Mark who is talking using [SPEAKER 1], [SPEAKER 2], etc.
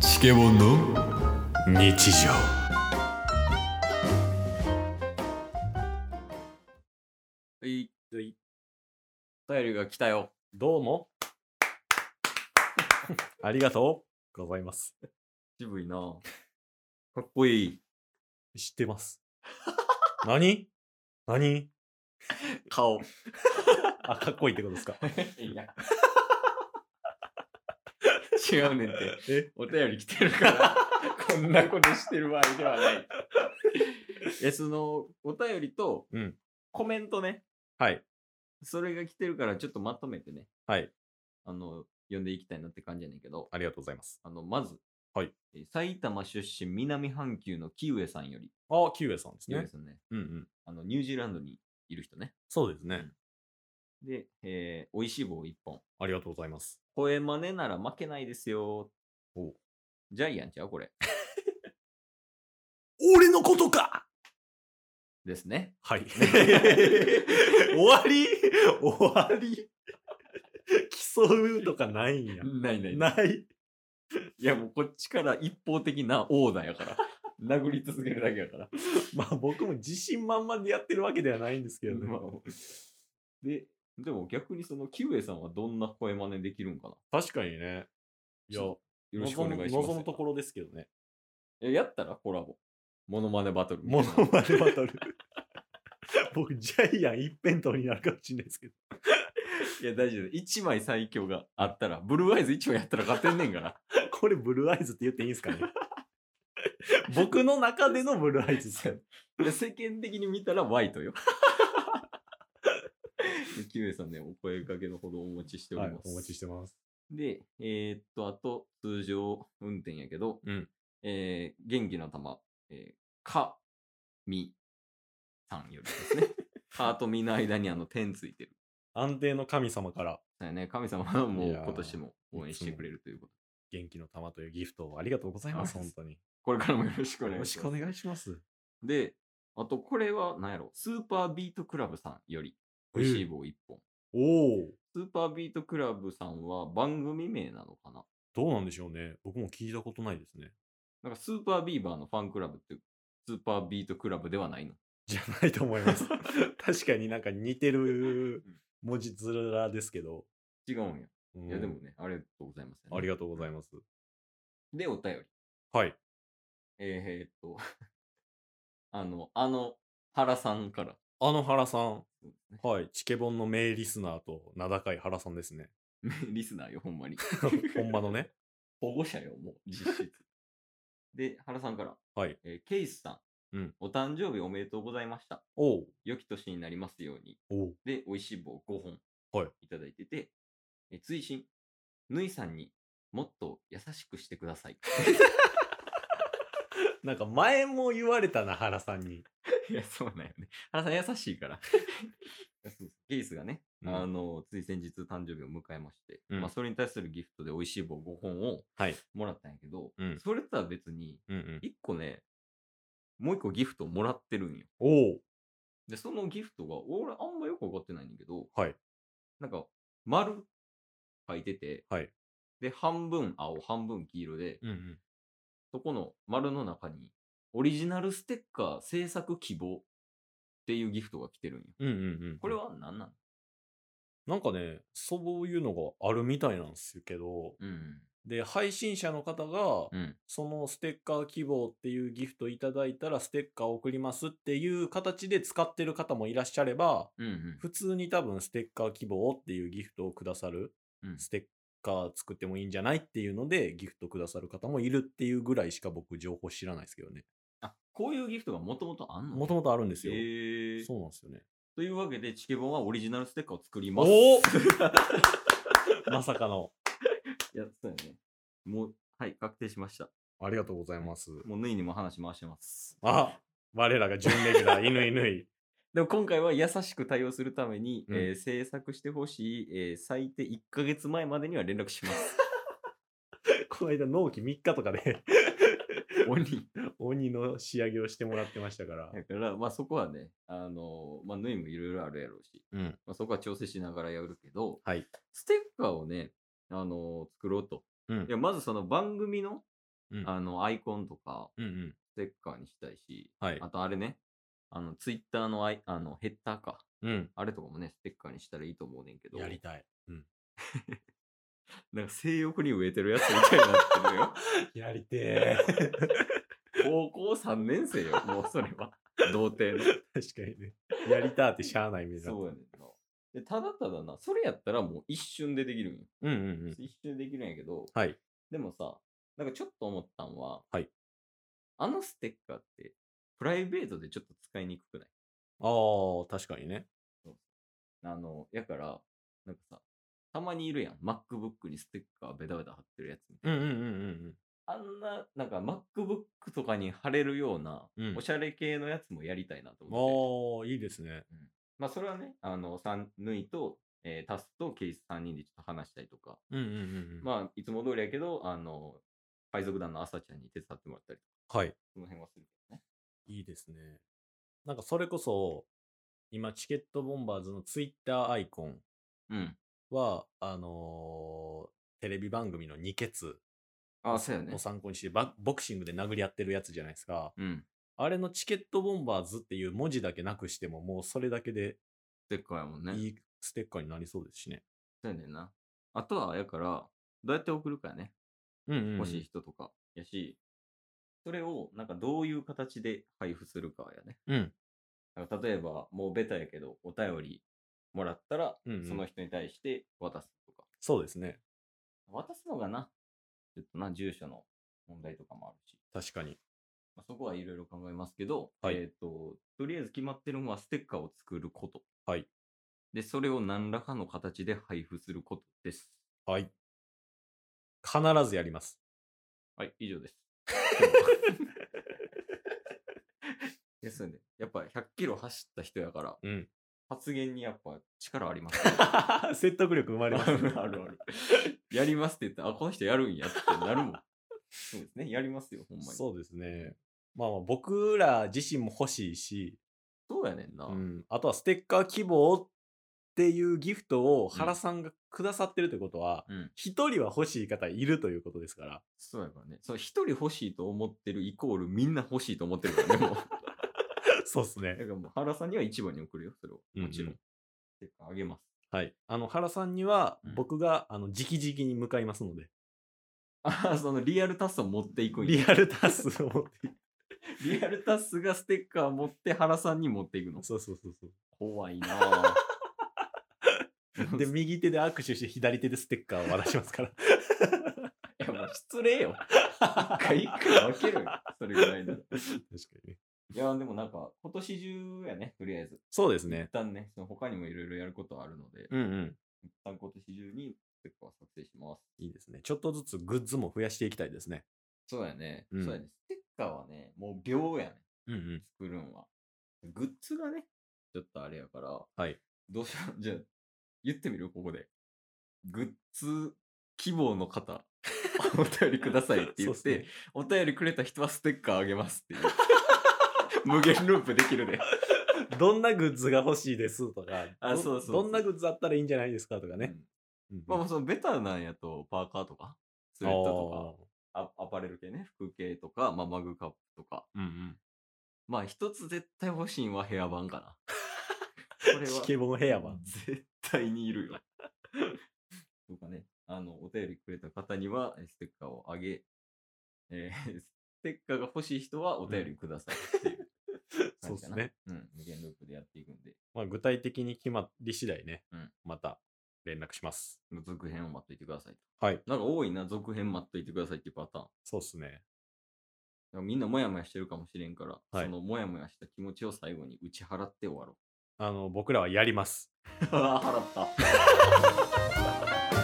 [SPEAKER 1] シケボンの日常
[SPEAKER 2] はい、はい。お便りが来たよ。
[SPEAKER 3] どうも。 ありがとうございます。
[SPEAKER 2] 渋いな。かっこいい。
[SPEAKER 3] 知ってます。何何
[SPEAKER 2] 顔。
[SPEAKER 3] あ、かっこいいってことですか。
[SPEAKER 2] いや。違うねんって。
[SPEAKER 3] え
[SPEAKER 2] お便り来てるから、こんなことしてる場合ではない。え、その、お便りと、
[SPEAKER 3] うん
[SPEAKER 2] コメントね。
[SPEAKER 3] はい。
[SPEAKER 2] それが来てるから、ちょっとまとめてね。
[SPEAKER 3] はい。
[SPEAKER 2] あの、読んでいきたいなって感じやねんけど、
[SPEAKER 3] ありがとうございます。
[SPEAKER 2] あの、まず、
[SPEAKER 3] はい
[SPEAKER 2] えー。埼玉出身南半球のキウエさんより、
[SPEAKER 3] あ、キウエさんです
[SPEAKER 2] キウエ
[SPEAKER 3] ね。
[SPEAKER 2] さんね。
[SPEAKER 3] うんうん。
[SPEAKER 2] あの、ニュージーランドにいる人ね。
[SPEAKER 3] そうですね。
[SPEAKER 2] で、えー、美味しい棒1本。
[SPEAKER 3] ありがとうございます。
[SPEAKER 2] 声真似なら負けないですよ。おジャイアンちゃうこれ。
[SPEAKER 3] 俺のことか
[SPEAKER 2] です ね。
[SPEAKER 3] はい。終わり 終わり競うとかないんや。
[SPEAKER 2] ないないない。
[SPEAKER 3] ない。
[SPEAKER 2] いやもうこっちから一方的なオーダーや から。殴り続けるだけやから。
[SPEAKER 3] まあ僕も自信満々でやってるわけではないんですけどね。
[SPEAKER 2] まあで、でも逆にそのキウエさんはどんな声真似できるんかな
[SPEAKER 3] 確かにね。いや、
[SPEAKER 2] よよろしくお
[SPEAKER 3] 望
[SPEAKER 2] 願いし
[SPEAKER 3] む
[SPEAKER 2] ます。
[SPEAKER 3] 望むところですけどね。
[SPEAKER 2] えやったらコラボ。モノマネバトルみた
[SPEAKER 3] モ
[SPEAKER 2] いな。
[SPEAKER 3] ノマネバトル。 僕、ジャイアン一辺倒になるかもしれないですけど。
[SPEAKER 2] いや大丈夫。一枚最強があったら、ブルーアイズ一枚やったら勝てんねんから。
[SPEAKER 3] これ、ブルーアイズって言っていいんですかね僕の中でのブルーアイズですよ。
[SPEAKER 2] で世間的に見たらワイ トよ。キウエさんね、お声かけのほどお持ちしております。
[SPEAKER 3] してます。
[SPEAKER 2] で、えーっと、あと、通常運転やけど、
[SPEAKER 3] うん
[SPEAKER 2] えー元気の玉、えー、か、み、さんよりで すね。ハートみの間にあの点ついてる。
[SPEAKER 3] 安定の神様から
[SPEAKER 2] だよね、神様はも
[SPEAKER 3] いうやー
[SPEAKER 2] 今年も応援してくれるということ。
[SPEAKER 3] 元気の玉というギフトをありがとうございます、
[SPEAKER 2] あ
[SPEAKER 3] 本当に。
[SPEAKER 2] これからもよろしくお
[SPEAKER 3] よ
[SPEAKER 2] 願
[SPEAKER 3] ろ
[SPEAKER 2] い
[SPEAKER 3] し
[SPEAKER 2] し
[SPEAKER 3] くお
[SPEAKER 2] ます。
[SPEAKER 3] 願いします。
[SPEAKER 2] で、あとこれは何やろ、スーパービートクラブさんより、美味しい棒1本。
[SPEAKER 3] おお、
[SPEAKER 2] スーパービートクラブさんは番組名なのかな
[SPEAKER 3] どうなんでしょうね。僕も聞いたことないですね。
[SPEAKER 2] なんかスーパービーバーのファンクラブってスーパービートクラブではないの
[SPEAKER 3] じゃないと思い ます。確かになんか似てる文字面ですけど。
[SPEAKER 2] 違うんや。
[SPEAKER 3] うん
[SPEAKER 2] いやでもね、ありがとうございます、
[SPEAKER 3] あり
[SPEAKER 2] が
[SPEAKER 3] がとうございます。
[SPEAKER 2] で、お便り。
[SPEAKER 3] はい。
[SPEAKER 2] えー、っと、 あの、あの、原さんから。
[SPEAKER 3] あの原さん。
[SPEAKER 2] そうですね
[SPEAKER 3] はい、チケボンの名リスナーと名高い原さんです ね。
[SPEAKER 2] リスナーよ、ほ んまに。
[SPEAKER 3] ほんまのね。
[SPEAKER 2] 保護者よ、もう、実質。で、原さんから。
[SPEAKER 3] はい。
[SPEAKER 2] えーケイスさん。
[SPEAKER 3] うん
[SPEAKER 2] お誕生日おめでとうございました。
[SPEAKER 3] おう
[SPEAKER 2] 良き年になりますように。
[SPEAKER 3] おう
[SPEAKER 2] で、美味しい棒5本
[SPEAKER 3] はい
[SPEAKER 2] いただいてて、え追伸、ぬいさんにもっと優しくしてください。
[SPEAKER 3] なんか前も言われたな、原さんに。
[SPEAKER 2] いや、そうなんよね。原さん優し いから。そうそうケイスがね、
[SPEAKER 3] うん
[SPEAKER 2] あの、つい先日誕生日を迎えまして、
[SPEAKER 3] うん
[SPEAKER 2] まあ、それに対するギフトで美味しい棒5本を
[SPEAKER 3] はい
[SPEAKER 2] もらったんやけど、
[SPEAKER 3] うん
[SPEAKER 2] それとは別に、
[SPEAKER 3] うんうん。
[SPEAKER 2] 1個ね、もう1個ギフトをもらってるんよ。
[SPEAKER 3] おう
[SPEAKER 2] で、そのギフトが、俺、あんまよくわかってないんだけど、
[SPEAKER 3] はい。
[SPEAKER 2] なんか、丸書いてて、
[SPEAKER 3] はい
[SPEAKER 2] で、半分青、半分黄色で、
[SPEAKER 3] うんうん。
[SPEAKER 2] そこの丸の中に、オリジナルステッカー制作希望っていうギフトが来てるんよ。
[SPEAKER 3] うんうんうん。
[SPEAKER 2] これは何なの
[SPEAKER 3] なんかね、そういうのがあるみたいなんですけど、
[SPEAKER 2] うん。
[SPEAKER 3] で、配信者の方が、
[SPEAKER 2] うん。
[SPEAKER 3] そのステッカー希望っていうギフトいただいたら、ステッカー送りますっていう形で使ってる方もいらっしゃれば、
[SPEAKER 2] うんうん。
[SPEAKER 3] 普通に多分ステッカー希望っていうギフトをくださる
[SPEAKER 2] うん
[SPEAKER 3] ステッカー作ってもいいんじゃないっていうのでギフトくださる方もいるっていうぐらいしか僕情報知らないですけどね。
[SPEAKER 2] あ、こういうギフトがもともとあんの
[SPEAKER 3] もともとあるんですよ。
[SPEAKER 2] へー
[SPEAKER 3] そうなんですよね。
[SPEAKER 2] というわけで、チケボンはオリジナルステッカーを作ります。
[SPEAKER 3] おおまさかの。
[SPEAKER 2] やったよね。もう、はい、確定しました。
[SPEAKER 3] ありがとうございます。
[SPEAKER 2] もう、ぬいにも話回してます。
[SPEAKER 3] あ我らが準レギュラー、犬犬い。
[SPEAKER 2] でも今回は優しく対応するために、
[SPEAKER 3] うん
[SPEAKER 2] えー制作してほしい、えー最低1ヶ月前までには連絡 します。
[SPEAKER 3] この間納期3日とかで
[SPEAKER 2] 鬼。
[SPEAKER 3] 鬼の仕上げをしてもらってましたから。
[SPEAKER 2] だから、まあそこはね、あのーまあ、縫いもいろいろあるやろうし、
[SPEAKER 3] うん。
[SPEAKER 2] まあ、そこは調整しながらやるけど、
[SPEAKER 3] はい。
[SPEAKER 2] ステッカーをね、あのー作ろうと。
[SPEAKER 3] うん
[SPEAKER 2] いや、まずその番組の
[SPEAKER 3] うん
[SPEAKER 2] あの、アイコンとか、
[SPEAKER 3] うんうん。
[SPEAKER 2] ステッカーにしたいし、
[SPEAKER 3] はい
[SPEAKER 2] あ。とあれね、あの、ツイッターのアイあのヘッダーか、
[SPEAKER 3] うん。
[SPEAKER 2] あれとかもね、ステッカーにしたらいいと思うねんけど、
[SPEAKER 3] やりたい。うん。
[SPEAKER 2] なんか性欲に植えてるやつみたいになってるよ。
[SPEAKER 3] やりて ー。
[SPEAKER 2] 高校3年生よ、もうそれは。童貞の。
[SPEAKER 3] 確かにね。やりたーってしゃあないみたいな。
[SPEAKER 2] そうやねんな。でただただな、それやったらもう一瞬でできるんよ。
[SPEAKER 3] うんうんうん。
[SPEAKER 2] 一瞬でできるんやけど、
[SPEAKER 3] はい。
[SPEAKER 2] でもさ、なんかちょっと思ったんは、
[SPEAKER 3] はい
[SPEAKER 2] あのステッカーって、プライベートでちょっと使いにくくない
[SPEAKER 3] ああ、確かにね。
[SPEAKER 2] あの、やから、なんかさ、たまにいるやん。MacBook にステッカーベタベタ貼ってるやつみたいな。
[SPEAKER 3] うんうんうんうん
[SPEAKER 2] あんな、なんか MacBook とかに貼れるような、
[SPEAKER 3] うん。うん
[SPEAKER 2] おしゃれ系のやつもやりたいなと思って。
[SPEAKER 3] ああ、いいですね。
[SPEAKER 2] まあ、それはね、あの、3抜いと、えー足すと、ケース3人でちょっと話したりとか、
[SPEAKER 3] うんうんうんうん。
[SPEAKER 2] まあ、いつも通りやけど、あの、海賊団の朝ちゃんに手伝ってもらったりとか、
[SPEAKER 3] はい。
[SPEAKER 2] その辺はするけどね。
[SPEAKER 3] いいですね。なんかそれこそ、今、チケットボンバーズのツイッターアイコン
[SPEAKER 2] うん。
[SPEAKER 3] は、あのーテレビ番組の二ケツ
[SPEAKER 2] あ、そうやね
[SPEAKER 3] を。参考にして、バボクシングで殴り合ってるやつじゃないですか。
[SPEAKER 2] うん。
[SPEAKER 3] あれのチケットボンバーズっていう文字だけなくしても、もうそれだけで
[SPEAKER 2] でっかいもんね。
[SPEAKER 3] いいステッカーになりそうですしね。
[SPEAKER 2] そうやねんな。あとは、やから、どうやって送るかやね。
[SPEAKER 3] うんうんうん
[SPEAKER 2] 欲しい人とかやし、それを、なんかどういう形で配布するかやね。
[SPEAKER 3] うん。
[SPEAKER 2] だから例えば、もうベタやけど、お便りもらったら、
[SPEAKER 3] うんうん
[SPEAKER 2] その人に対して渡すとか。
[SPEAKER 3] そうですね。
[SPEAKER 2] 渡すのがな、ちょっとな、住所の問題とかもある
[SPEAKER 3] 確
[SPEAKER 2] し、
[SPEAKER 3] かに。
[SPEAKER 2] まあ、そこはいろいろ考えますけど、
[SPEAKER 3] はい
[SPEAKER 2] えっ、と、とりあえず決まってるのはステッカーを作ること。
[SPEAKER 3] はい。
[SPEAKER 2] で、それを何らかの形で配布することです。
[SPEAKER 3] はい。必ずやります。
[SPEAKER 2] はい、以上です。 ですので、やっぱ100キロ走った人やから、
[SPEAKER 3] うん。
[SPEAKER 2] 発言にやっぱ 力あります、
[SPEAKER 3] 説得力生ま
[SPEAKER 2] あ
[SPEAKER 3] れます、 ね。
[SPEAKER 2] あるある。やりますって言ったら、あ、この人やるんやってな るもん。そうですね、やりますよ、ほんまに。そう
[SPEAKER 3] そうですね。まあまあ僕ら自身も欲しいし、
[SPEAKER 2] やねんな。
[SPEAKER 3] うん、あとはステッカー希望っていうギフトを原さんがくださってるということは
[SPEAKER 2] うん、
[SPEAKER 3] 一、人は欲しい方いるということですから。
[SPEAKER 2] そうやからね。そう、一人欲しいと思ってるイコールみんな欲しいと思ってるから ね、もう。
[SPEAKER 3] そうです
[SPEAKER 2] だか
[SPEAKER 3] ね。
[SPEAKER 2] らもう原さんには一番に送るよ、それを。もちろ
[SPEAKER 3] うんう
[SPEAKER 2] ん。
[SPEAKER 3] ん
[SPEAKER 2] てか、あげます。
[SPEAKER 3] はい。あの原さんには
[SPEAKER 2] うん
[SPEAKER 3] 僕が、あの直々に向かいますので、
[SPEAKER 2] ああ、そのリアルタスを持っていくんや
[SPEAKER 3] リアルタスを 持って。
[SPEAKER 2] リアルタスがステッカー持って原さんに持っていくの。
[SPEAKER 3] そうそうそうそ
[SPEAKER 2] 怖 いなぁ。
[SPEAKER 3] う。で右手で握手して左手でステッカーを渡します から。
[SPEAKER 2] いや、もう失礼よ。一回一回分けるよ。それぐらいだ。い
[SPEAKER 3] 確かにね。
[SPEAKER 2] や、でもなんか、今年中やね、とりあえず。
[SPEAKER 3] そうですね
[SPEAKER 2] 一。旦ね、その他にもいろいろやることはあるので、
[SPEAKER 3] うんうん。
[SPEAKER 2] 一旦今年中にステッカーを作成します。
[SPEAKER 3] いいですね。ちょっとずつグッズも増やしていきたいですね。
[SPEAKER 2] そうやね。
[SPEAKER 3] うん
[SPEAKER 2] そうやね。ステッカーはね、もう秒やね。
[SPEAKER 3] うんうん。
[SPEAKER 2] 作るんは。グッズがね、ちょっとあれやから、
[SPEAKER 3] はい。
[SPEAKER 2] どうしよう。 じゃあ、言ってみるここで。グッズ希望 の方、お便りくださいって言
[SPEAKER 3] そう
[SPEAKER 2] っ、
[SPEAKER 3] ってすね
[SPEAKER 2] お便りくれた人はステッカーあげますっ ていう。無限ループできるで。
[SPEAKER 3] どんなグッズが欲しいですとか、
[SPEAKER 2] あ
[SPEAKER 3] ど
[SPEAKER 2] そうそう
[SPEAKER 3] どんなグッズあったらいいんじゃないですかとかね。うん
[SPEAKER 2] うんまあ、そのベタなんやと、パーカーとか、スウェット
[SPEAKER 3] と
[SPEAKER 2] とか、アアパレル系ね、服系とか、まあ、マグカップとか。
[SPEAKER 3] か。うんうん。
[SPEAKER 2] まあ、一つ絶対欲しいんはヘアバ ンかな。これ
[SPEAKER 3] チケボンヘアマン。
[SPEAKER 2] 絶対にいる よ。とかね、あの、お便りくれた方には、えーステッカーをあげ、えー ステッカーが欲しい人はお便りくださいっ ていう
[SPEAKER 3] そうで
[SPEAKER 2] 感じ
[SPEAKER 3] す
[SPEAKER 2] かな。
[SPEAKER 3] ね。。
[SPEAKER 2] うん、無限ループでやっていくんで、
[SPEAKER 3] まあ、具体的に決まり次第ね、
[SPEAKER 2] うん
[SPEAKER 3] また連絡します。
[SPEAKER 2] 続編を待っといてくださいと。
[SPEAKER 3] はい。
[SPEAKER 2] なんか多いな、続編待っといてくださいっていうパターン。
[SPEAKER 3] そうですね。
[SPEAKER 2] なんかみんなモヤモヤしてるかもしれんから、
[SPEAKER 3] はい
[SPEAKER 2] そのモヤモヤした気持ちを最後に打ち払 って終わろう。
[SPEAKER 3] あの、僕らはやります。
[SPEAKER 2] ああ、払った。